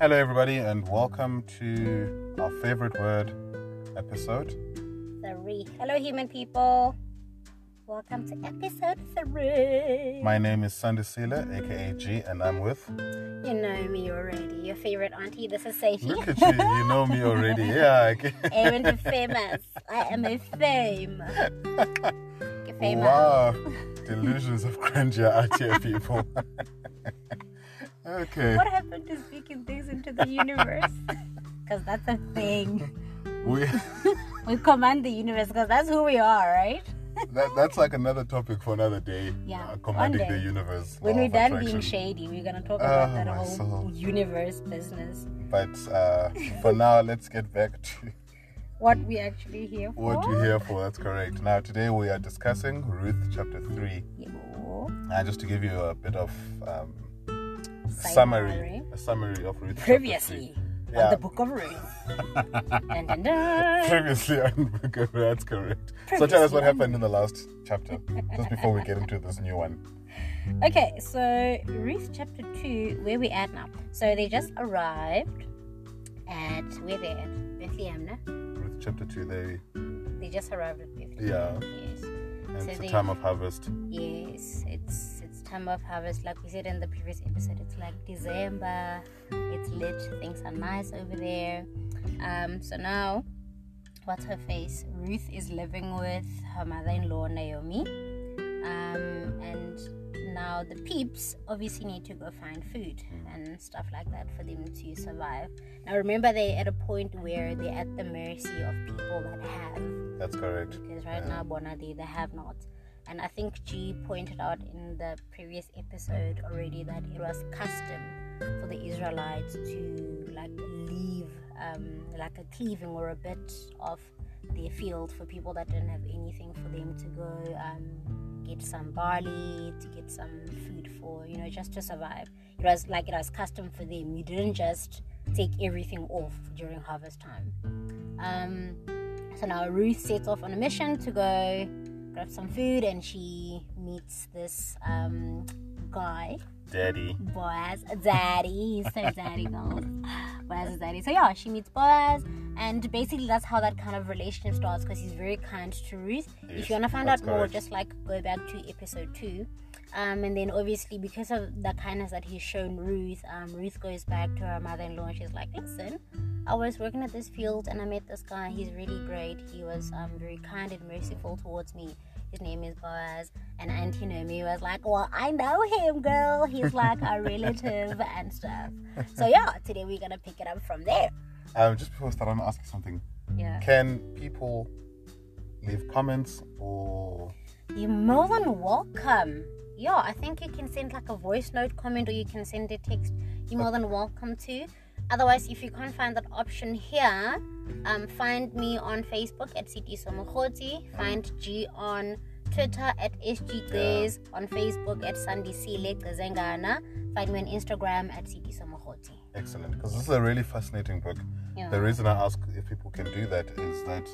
Hello, everybody, and welcome to our favorite word episode. three. Hello, human people. Welcome to episode three. My name is Sandisila, aka G, and I'm with. you know me already. Your favorite auntie. This is Seifi. Look at you, you know me already. Yeah, okay. Aaron the famous. I am a fame. Famous. Wow, delusions of grandeur out here, people. okay, What happened to speaking things into the universe? Because that's a thing. we, We command the universe because that's who we are, right? that, that's like another topic for another day. uh, Yeah, one commanding day. the universe. When law we're of done attraction. being shady, we're going to talk about Oh, that my whole soul. universe business. But uh, for now, let's get back to What we actually here for. what we're here for. That's correct. Now, today we are discussing Ruth chapter 3. Yeah. And just to give you a bit of um, Sayonara. summary, a summary of Ruth. chapter previously Yeah. on the Book of Ruth. Dun, dun, three. dun. Previously on Book of- that's correct. so tell us what Previously on- happened in the last chapter, just before we get into this new one. Okay, so Ruth chapter 2, where we at now? So they just arrived at where they at? Bethlehem, no? Ruth chapter 2, they, They just arrived at Bethlehem. yeah, Yes. and So it's they- a time of harvest. Yes, it's it's time of harvest. Like we said in the previous episode, it's like December. It's lit. Things are nice over there. Um, so now, what's her face? Ruth is living with her mother-in-law Naomi. Um, and now the peeps obviously need to go find food and stuff like that for them to survive. Now remember, they're at a point where they're at the mercy of people that have That's correct. because right now Bona they, they have not. And I think G pointed out in the previous episode already that it was custom for the Israelites to like leave um, like a cleaving or a bit of their field for people that didn't have anything for them to go um, get some barley, to get some food for, you know, just to survive. It was like it was custom for them. You didn't just take everything off during harvest time. Um, so now Ruth sets off on a mission to go grab some food, and she meets this um, guy, Daddy. Boaz, daddy. He's so daddy girls. Boaz is daddy. So yeah, she meets Boaz, and basically that's how that kind of relationship starts because he's very kind to Ruth. Yes, if you want to find out that's more, correct. just like go back to episode two. Um, and then obviously because of the kindness that he's shown Ruth, um, Ruth goes back to her mother-in-law and she's like, listen. I was working at this field and I met this guy. He's really great. He was um, very kind and merciful towards me. His name is Boaz. And Auntie Nomi was like, Well, I know him, girl. He's like our relative and stuff. So, yeah, today we're going to pick it up from there. Um, just before I start, I want to ask you something. Yeah. Can people leave comments or. You're more than welcome. Yeah, I think you can send like a voice note comment or you can send a text. You're more than welcome to. Otherwise, if you can't find that option here, um, find me on Facebook at City Somogoti. Find G on Twitter at SG Gaze. On Facebook at Sandy Sile Gazengana. Find me on Instagram at City Somogoti. Excellent, because this is a really fascinating book. Yeah. The reason I ask if people can do that is that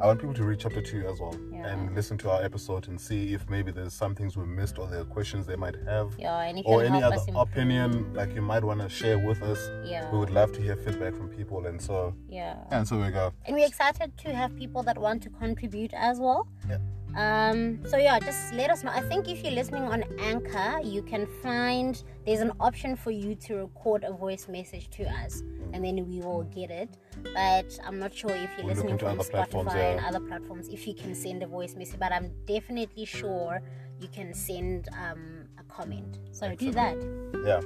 I want people to read chapter two as well Yeah. and listen to our episode and see if maybe there's some things we missed or there are questions they might have Yeah, and you can or any help other us improve. opinion like you might want to share with us. We Yeah, would love to hear feedback from people, and so yeah. and so we go. and we're excited to have people that want to contribute as well. Yeah. Um, so yeah, just let us know. I think if you're listening on Anchor, you can find there's an option for you to record a voice message to us, and then we will get it. But I'm not sure if you're We'll look listening into from other platforms, Spotify yeah. and other platforms if you can send a voice message. But I'm definitely sure you can send um, a comment. So do that. Yeah.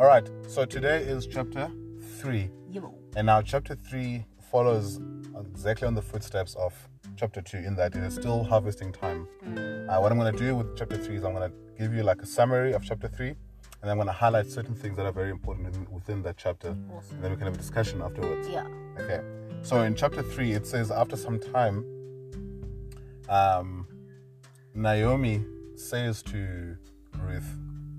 All right. So today is chapter three, You. and now chapter three follows exactly on the footsteps of chapter two in that it is still harvesting time. Uh, what I'm going to do with chapter three is I'm going to give you like a summary of chapter three, and I'm going to highlight certain things that are very important in, within that chapter, Awesome. and then we can have a discussion afterwards. Yeah. Okay. So in chapter three, it says after some time, um, Naomi says to Ruth,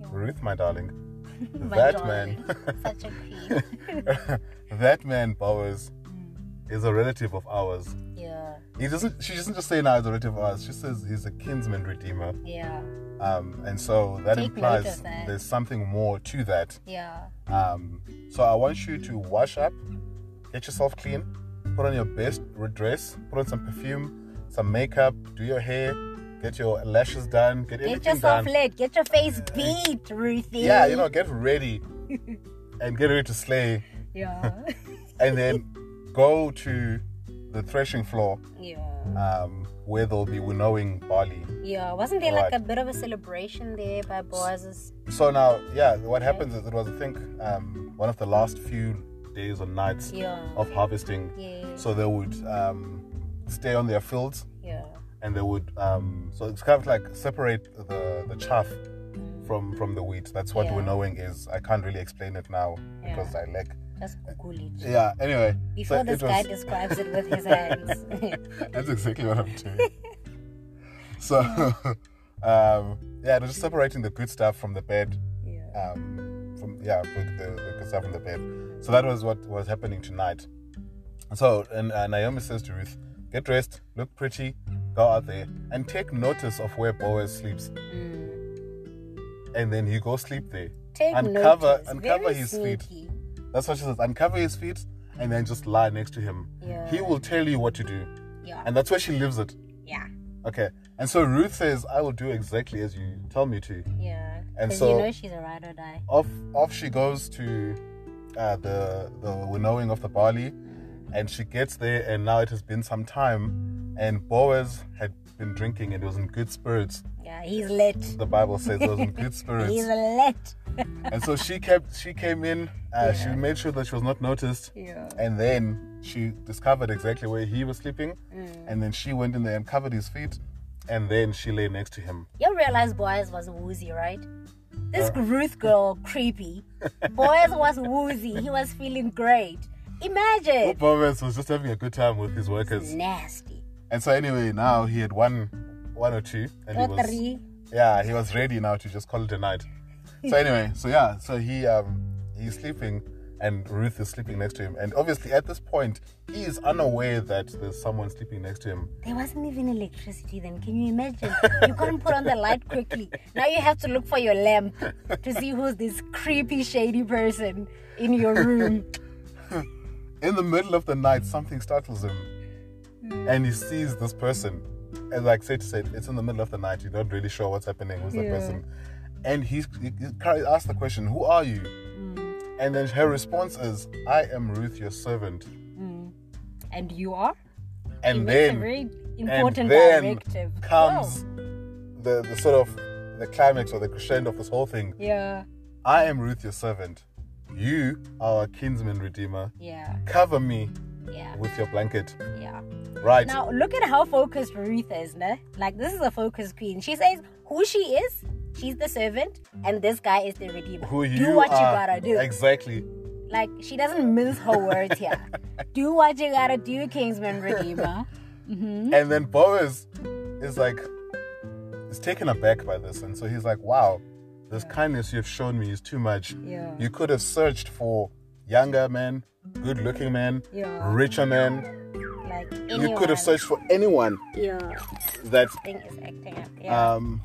Ruth, my darling, My that darling. man, Such a creep. that man Bowers Mm. is a relative of ours. yeah. He doesn't. She doesn't just say now he's a relative of ours. She says he's a kinsman redeemer. Yeah. Um, and so that Take note implies of that. there's something more to that. Yeah. Um, so I want you to wash up, get yourself clean, put on your best dress, put on some perfume, some makeup, do your hair, get your lashes done, get, Get everything yourself done. lit. Get your face beat, Ruthie. yeah, you know, get ready and get ready to slay, Yeah. and then go to the threshing floor yeah. um, where there'll be winnowing barley. Yeah, wasn't there Right. like a bit of a celebration there by Boaz's? So now, yeah, what happens is it was, I think, um, one of the last few days or nights Yeah. of harvesting. Yeah, So they would um, stay on their fields yeah, and they would, um, so it's kind of like separate the, the chaff from, from the wheat. That's what Yeah. winnowing is. I can't really explain it now Yeah. because I lack. just Google it. Yeah, anyway. Before so this it was- guy describes it with his hands. That's exactly what I'm doing. so, um, yeah, it was just separating the good stuff from the bad. yeah. Um, from yeah, with the, the good stuff from the bad. So that was what was happening tonight. So, and uh, Naomi says to Ruth, "Get dressed, look pretty, go out there, and take notice of where Boaz sleeps, Mm. and then he go sleep there. Take Uncover- notice. uncover Very his feet. sneaky. That's what she says. Uncover his feet, and then just lie next to him. Yeah. He will tell you what to do, Yeah. and that's where she lives it." yeah. Okay. And so Ruth says, I will do exactly as you tell me to. Yeah. And 'Cause so- you know she's a ride or die. Off off she goes to uh, the the winnowing of the barley and she gets there and now it has been some time and Boaz had been drinking and was in good spirits. Yeah, he's lit. The Bible says he was in good He's spirits. lit. And so she kept she came in, uh, she made sure that she was not noticed. Yeah. And then she discovered exactly where he was sleeping. And then she went in there and covered his feet. And then she lay next to him. You realize Boaz was woozy, right? This Uh. Ruth girl, creepy. Boaz was woozy. He was feeling great. Poor Imagine. Boaz was just having a good time with his workers. Nasty. And so anyway, now he had one, one or two, and he Or was three. yeah, he was ready now to just call it a night. So anyway, so yeah, so he um he's sleeping, and Ruth is sleeping next to him, and obviously at this point he is unaware that there's someone sleeping next to him. There wasn't even electricity then. Can you imagine? You can't put on the light quickly. Now you have to look for your lamp to see who's this creepy, shady person in your room. In the middle of the night, something startles him, Hmm. and he sees this person. And like Seth said, it's in the middle of the night. You're not really sure what's happening. Who's that Yeah. person? And he's, he, he carries- asks the question, "Who are you?" Hmm. And then her response is, I am Ruth, your servant. And you are? And It's a then, very and important then directive. comes the, the sort of the climax or the crescendo of this whole thing. Wow. Yeah. I am Ruth, your servant. You are our kinsman redeemer. Yeah. Cover me Yeah. with your blanket. Yeah. Right. Now look at how focused Ruth is, ne? Like this is a focused queen. She says who she is. She's the servant, and this guy is the redeemer. who do you what are. you gotta do. Exactly. Like she doesn't mince her words here. do what you gotta do, Kingsman Redeemer. Mm-hmm. And then Boaz is like, is taken aback by this. And so he's like, wow, this kindness you've shown me is too much. Yeah. You could have searched for younger men, good looking men, Yeah. richer men. Like You could have said. searched for anyone Yeah. that Thing is acting up. Yeah. um,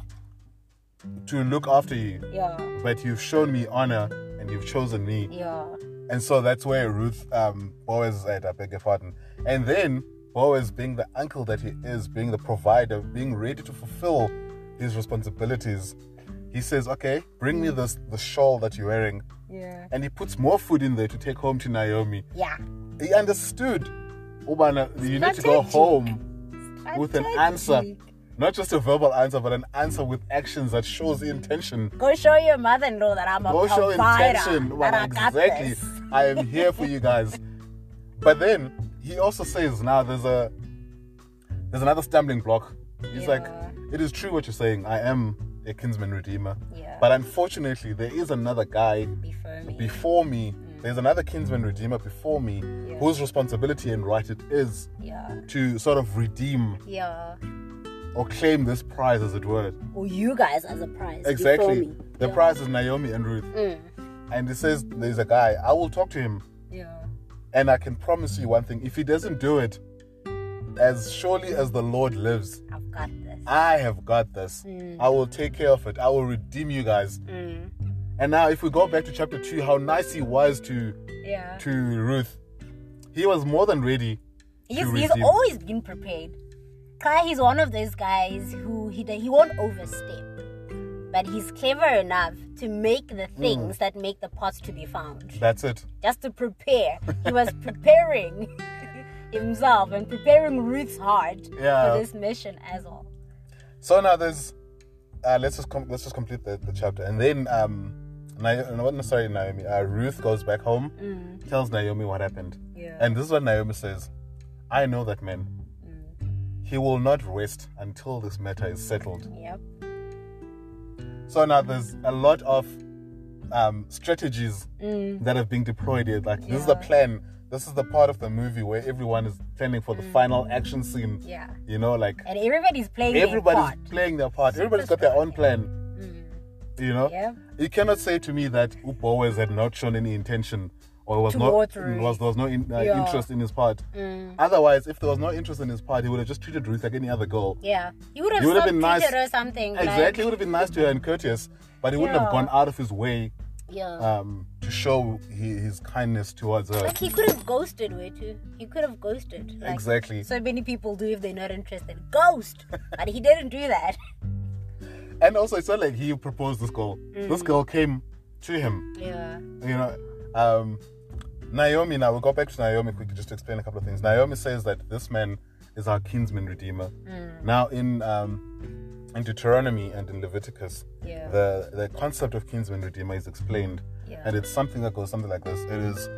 to look after you. yeah. But you've shown me honor and you've chosen me. Yeah. And so that's where Ruth, um, Boaz is at, I beg your pardon. And then Boaz, being the uncle that he is, being the provider, being ready to fulfill his responsibilities, he says, Okay, bring me this the shawl that you're wearing. Yeah. And he puts more food in there to take home to Naomi. Yeah. He understood, Ubana, you need to go Strategic. home. With an answer. Strategic. Not just a verbal answer, but an answer with actions that shows intention. Go show your mother-in-law that I'm a No show provider, intention. that Well, I got exactly. this. I am here for you guys. But then he also says now there's a there's another stumbling block. He's like, Yeah. it is true what you're saying. I am a kinsman redeemer. Yeah. But unfortunately, there is another guy Before me. before me. Mm. There's another kinsman redeemer before me whose responsibility and right it is yeah. to sort of redeem Yeah. or claim this prize, as it were. Or you guys are the prize. Exactly. Before me. The yeah. Mm. prize is Naomi and Ruth. And he says, There's a guy, I will talk to him. Yeah. And I can promise you one thing if he doesn't do it, as surely as the Lord lives, I've got this. I have got this. I will take care of it. I will redeem you guys. Mm. And now, if we go back to chapter 2, how nice he was to, Yeah. to Ruth. He was more than ready. He's, to he's redeem. always been prepared. Kai, he's one of those guys who he he won't overstep, but he's clever enough to make the Mm. things that make the pots to be found. That's it. Just to prepare, he was preparing himself and preparing Ruth's heart Yeah. for this mission as well. So now there's, uh, let's just com- let's just complete the, the chapter, and then um, Na- no, no, sorry, Naomi. Uh, Ruth goes back home, tells Naomi what happened, Yeah. and this is what Naomi says: "I know that man. Mm. He will not rest until this matter is settled." Yep. So now there's a lot of um, strategies that have been deployed here. Like this is the Mm. Yeah. plan. This is the part of the movie where everyone is planning for the final action scene. Mm. Yeah. You know, like And everybody's playing everybody's their part. Mm. playing their part. Everybody's got their own plan. You know, Yeah. you cannot say to me that Upo always had not shown any intention or was Towards not Ruth. was there was no in, uh, Yeah. Mm. interest in his part. Otherwise, if there was no interest in his part, he would have just treated Ruth like any other girl. Yeah. You would have You would have stopped been nice- Peter or something. like- Exactly, would have been nice to her and courteous, but he wouldn't have Yeah. gone out of his way yeah. um, to show he, his kindness towards her. Like he could have ghosted way too. He could have ghosted. Like, Exactly. So many people do if they're not interested. Ghost! but he didn't do that. And also, it's not like he proposed this girl. This Mm. girl came to him. Yeah. you know, um, Naomi. Now we'll go back to Naomi quickly just to explain a couple of things. Naomi says that this man is our kinsman redeemer. Mm. Now in um, in Deuteronomy and in Leviticus, Yeah. the the concept of kinsman redeemer is explained, Yeah. and it's something that goes something like this: It is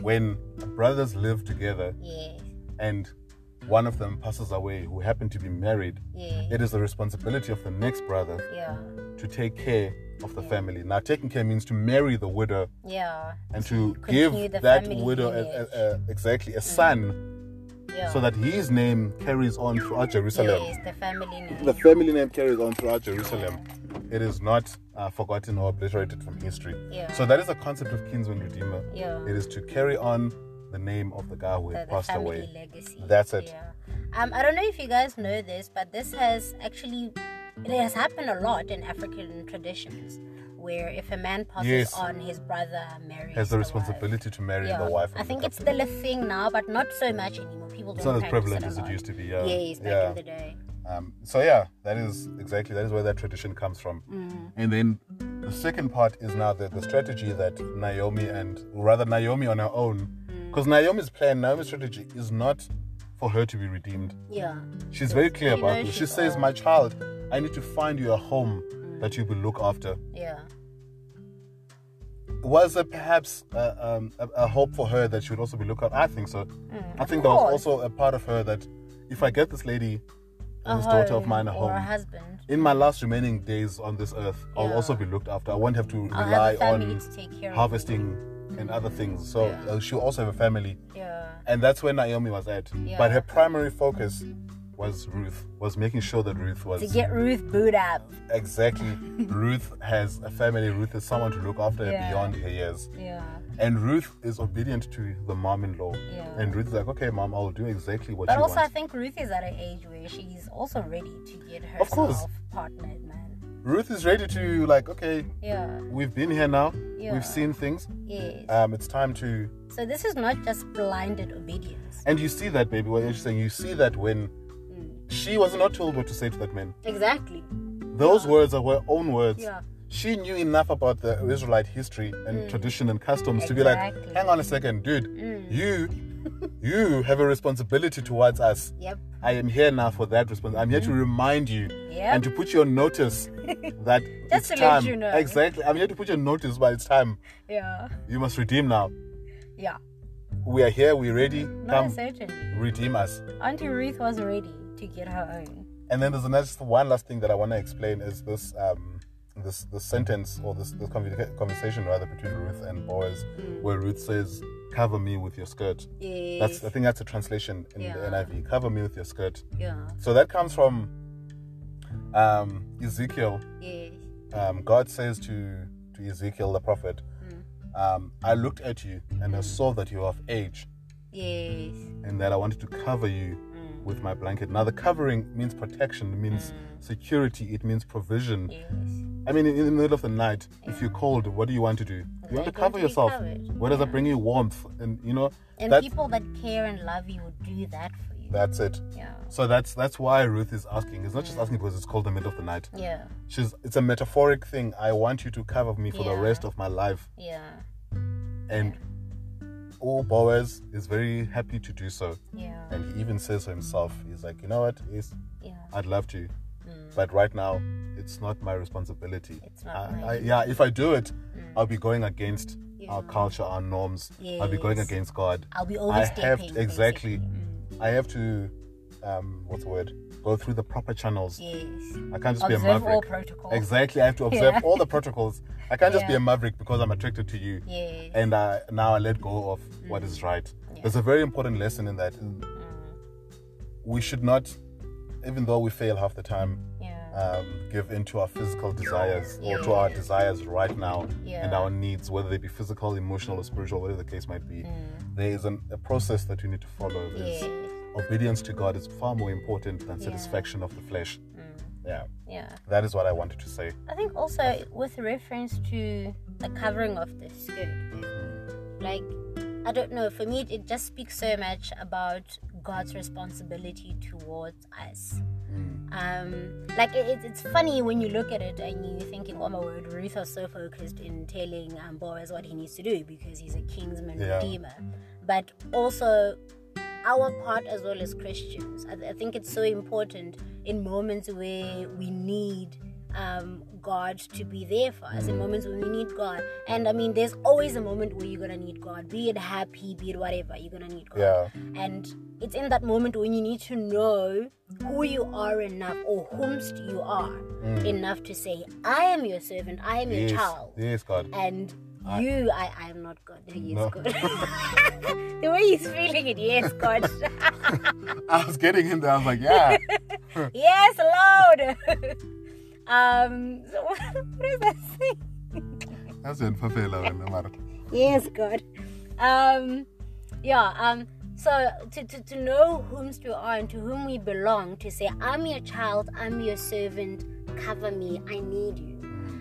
when brothers live together Yeah. and one of them passes away who happened to be married. Yeah. It is the responsibility of the next brother Yeah. to take care of the family. Now, taking care means to marry the widow Yeah. and to give continue the that family widow a, lineage. Mm. a, a, exactly a son Yeah. so that his name carries on throughout Jerusalem. yes, the family name. The family name carries on throughout Jerusalem. It is not uh, forgotten or obliterated from history. Yeah. So that is the concept of kinsman redeemer. Yeah. It is to carry on the name of the guy who the, had the passed family away. legacy. That's it. Yeah. Um, I don't know if you guys know this, but this has actually it has happened a lot in African traditions, where if a man passes Yes. on, his brother marries Has the the wife. responsibility to marry Yeah. the wife. I and think look it's still a thing now, but not so much anymore. People don't. It's not as practice prevalent a as it lot. used to be, yeah. Yes, back Yeah. in the day. Um, so yeah, that is exactly that is where that tradition comes from. Mm. And then the second part is now the, the strategy that Naomi and or rather Naomi on her own, Mm. because Naomi's plan, Naomi's strategy is not for her to be redeemed. Yeah, She's very clear You know, about this. She she's Mm. says, all- "My child, I need to find you a home that you will look after." yeah, Was there perhaps uh, um, a, a hope for her that she would also be looked at? I think so. I think there was Mm. course. also a part of her that if I get this lady, a this daughter of home mine, a or a home, husband. in my last remaining days on this earth, I'll Yeah. also be looked after. I won't have to I'll rely have a family on to take care harvesting and other things. So Yeah. uh, she'll also have a family. of. me. Yeah, And that's where Naomi was at. But Yeah. her primary focus was Ruth, was making sure that Ruth to was get Ruth booed up. exactly. Ruth has a family. Ruth is someone to look after her Yeah. beyond her years. Yeah, And Ruth is obedient to the mom in law. Yeah. And Ruth is like, okay, mom, I'll do exactly what but you also I want. think Ruth is at an age where she's also ready to get Of course. herself partnered, man. Ruth is ready to, like, okay, Yeah, we've been here now, Yeah. we've seen things. yes. Um, it's time to so this is not just blinded obedience. And you see that, baby. What you're saying, you see that when Mm. she was not told what to say to that man. Exactly. Those words are her own words. Yeah. Mm. She knew enough about the Israelite history and tradition and customs to be Exactly. Mm. like, hang on a second, dude, you, you have a responsibility towards us. Yep. I am here now for that response. I'm here to remind you Mm. Yep. and to put you on notice that it's Just to let time. you know. Exactly. I'm here to put you on notice, but it's time. Yeah. You must redeem now. Yeah. We are here. We're ready. No, Come, certainly. redeem us. Auntie Ruth was ready to get her own. And then there's another just one last thing that I want to explain is this um, this this sentence or this this conversa- conversation rather between Ruth and Boaz, Mm. where Ruth says, "Cover me with your skirt." Yes. That's I think that's a translation in the Yeah. NIV. Cover me with your skirt. yeah. So that comes from um, Ezekiel. Yes. Um, God says to to Ezekiel the prophet, Mm. um, "I looked at you and I saw that you are of age, Yes. and that I wanted to cover you with my blanket. Now, the covering means protection, means security, it means provision. Yes. I mean, in, in the middle of the night, if you're cold, what do you want to do? You want They're to going cover to be yourself. covered. Where does that bring you warmth? And you know, And that's people that care and love you would do that for you. that's it. yeah. So that's that's why Ruth is asking. It's not just asking because it's cold in the middle of the night. Yeah. She's it's a metaphoric thing. I want you to cover me for the Yeah. rest of my life. Yeah. And all Boaz is very happy to do so. Yeah. And he even says to himself, he's like, you know what, Yes, Yeah. I'd love to. But right now, it's not my responsibility. Mm. It's not I- mine. I- yeah, if I do it, I'll be going against our Yeah. culture, our norms. I'll be going Yes. against God. I'll be I overstepping. have to, exactly. basically. I have to, um, what's the word? Go through the proper channels. Mm, Yes. I can't just be a Observe maverick. all protocols. Exactly, I have to observe Yeah. all the protocols. I can't just be Yeah. a maverick because I'm attracted to you. Yes. Mm. And I, now I let go of what is right. There's a very important lesson in that. We should not, even though we fail half the time, Yeah. um, give in to our physical desires or to our desires right now and Yeah. our needs, whether they be physical, emotional, or spiritual, whatever the case might be. Mm. There is an, a process that you need to follow. There's- Yes. Obedience to God is far more important than Yeah. satisfaction of the flesh. Yeah, mm, Yeah. that is what I wanted to say. I think also with reference to the covering of the skirt, like I don't know, for me it, it just speaks so much about God's responsibility towards us. Um, like it, it- it's funny when you look at it and you're thinking, oh my word, Ruth was so focused in telling um, Boaz what he needs to do because he's a kingsman Yeah. redeemer, but also our part as well as Christians. I, I think it's so important in moments where we need um, God to be there for us, in moments when we need God. And I mean, there's always a moment where you're going to need God, be it happy, be it whatever, you're going to need God. Yeah, And it's in that moment when you need to know who you are enough or whomst you are enough to say, I am your servant, I am Mm. yes, your child. yes, God. And you, I, I am not God. Yes, No. God. the way he's feeling it, yes, God. I was getting him there. I was like, yeah, Yes, Lord. um, so what is that saying? that's in Fafela, no matter. Yes, God. Um, yeah. Um, so to, to, to know whom you are and to whom we belong, to say, I'm your child, I'm your servant, cover me, I need you.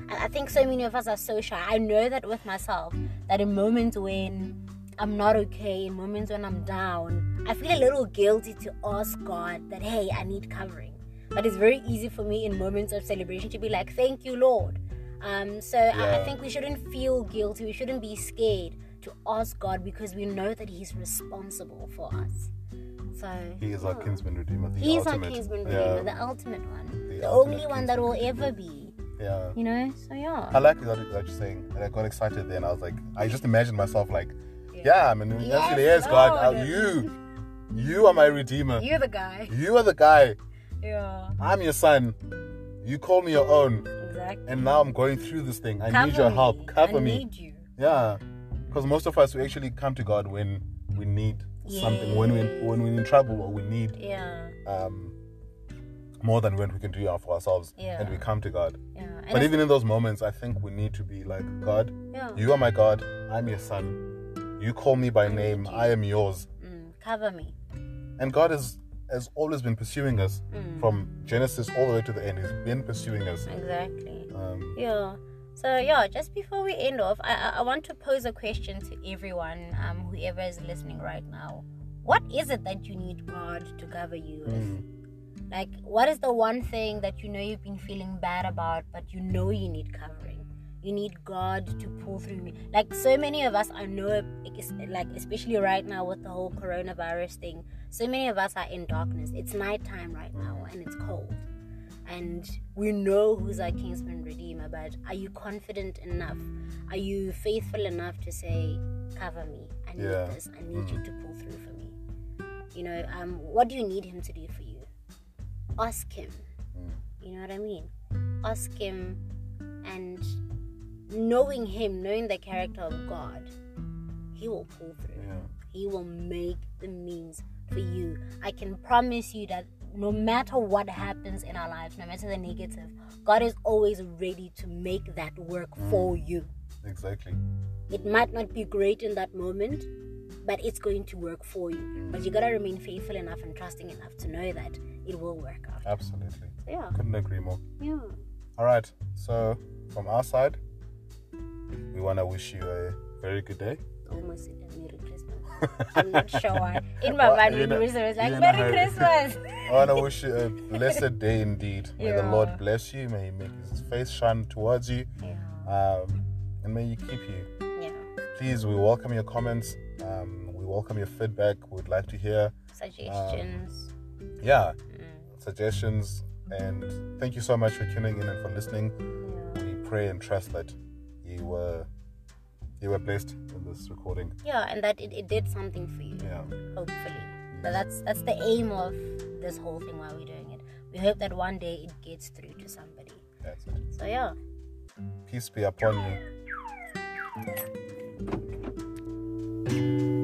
And I think so many of us are so shy. I know that with myself, that in moments when I'm not okay, in moments when I'm down, I feel a little guilty to ask God that, hey, I need covering. But it's very easy for me in moments of celebration to be like, thank you, Lord. Um, so I, I Yeah. think we shouldn't feel guilty. We shouldn't be scared to ask God because we know that He's responsible for us. So He is our yeah. kinsman redeemer, the He is ultimate. our kinsman Yeah, redeemer, the ultimate one, The the, ultimate only one that kinsman will ever be. yeah. You know. So yeah. I like that that you're saying, and I got excited. Then I was like, I just imagined myself like, yeah, I mean, yes, Yes, yes God, I, Lord. you, you are my redeemer. You're the guy. You are the guy. Yeah. I'm your son. You call me your own, Exactly. and now I'm going through this thing. I need Cover your me. help. Cover I me. need you. Yeah, because most of us we actually come to God when we need something, when we Yes. when we're in trouble or we need Yeah. um, more than what we can do for ourselves, Yeah. and we come to God. Yeah. And But it's- even in those moments, I think we need to be like God. yeah. You are my God. I'm your son. You call me by name. I am yours. Mm, cover me. And God is, has always been pursuing us Mm. from Genesis all the way to the end. He's been pursuing us. Exactly. Um, Yeah. So yeah, just before we end off, I I- I want to pose a question to everyone, um, whoever is listening right now. What is it that you need God to cover you with? Like, what is the one thing that you know you've been feeling bad about, but you know you need covering? You need God to pull through me. Like, so many of us, I know, it's- like, especially right now with the whole coronavirus thing, so many of us are in darkness. It's nighttime right now and it's cold. And we know who's our kinsman redeemer, but are you confident enough? Are you faithful enough to say, Cover me? I need Yeah. this. I need you to pull through for me. You know, um, what do you need him to do for you? ask him. You know what I mean? Ask him and knowing him, knowing the character of God, he will pull through. yeah. He will make the means for you. I can promise you that no matter what happens in our lives, no matter the negative, God is always ready to make that work for you. Exactly. It might not be great in that moment, but it's going to work for you. But you gotta remain faithful enough and trusting enough to know that it will work out. Absolutely. So yeah, Couldn't agree more. yeah. All right. So, from our side, we want to wish you a very good day. Almost a Merry Christmas. I'm not sure why. In my Well, mind, you when know- Marisa was like, you know Merry how- Christmas! I want to wish you a blessed day indeed. May the Yeah. Lord bless you. May He make His face shine towards you. yeah. Um, and may He keep you. yeah. Please, we welcome your comments. Um, we welcome your feedback. We'd like to hear, Suggestions. yeah, Um, Mm, suggestions. And thank you so much for tuning in and for listening. yeah. We pray and trust that you were you were blessed in this recording. yeah, and that it, it did something for you. Yeah. hopefully. But that's that's the aim of this whole thing while we're doing it. We hope that one day it gets through to somebody. That's it. So yeah. Peace be upon you.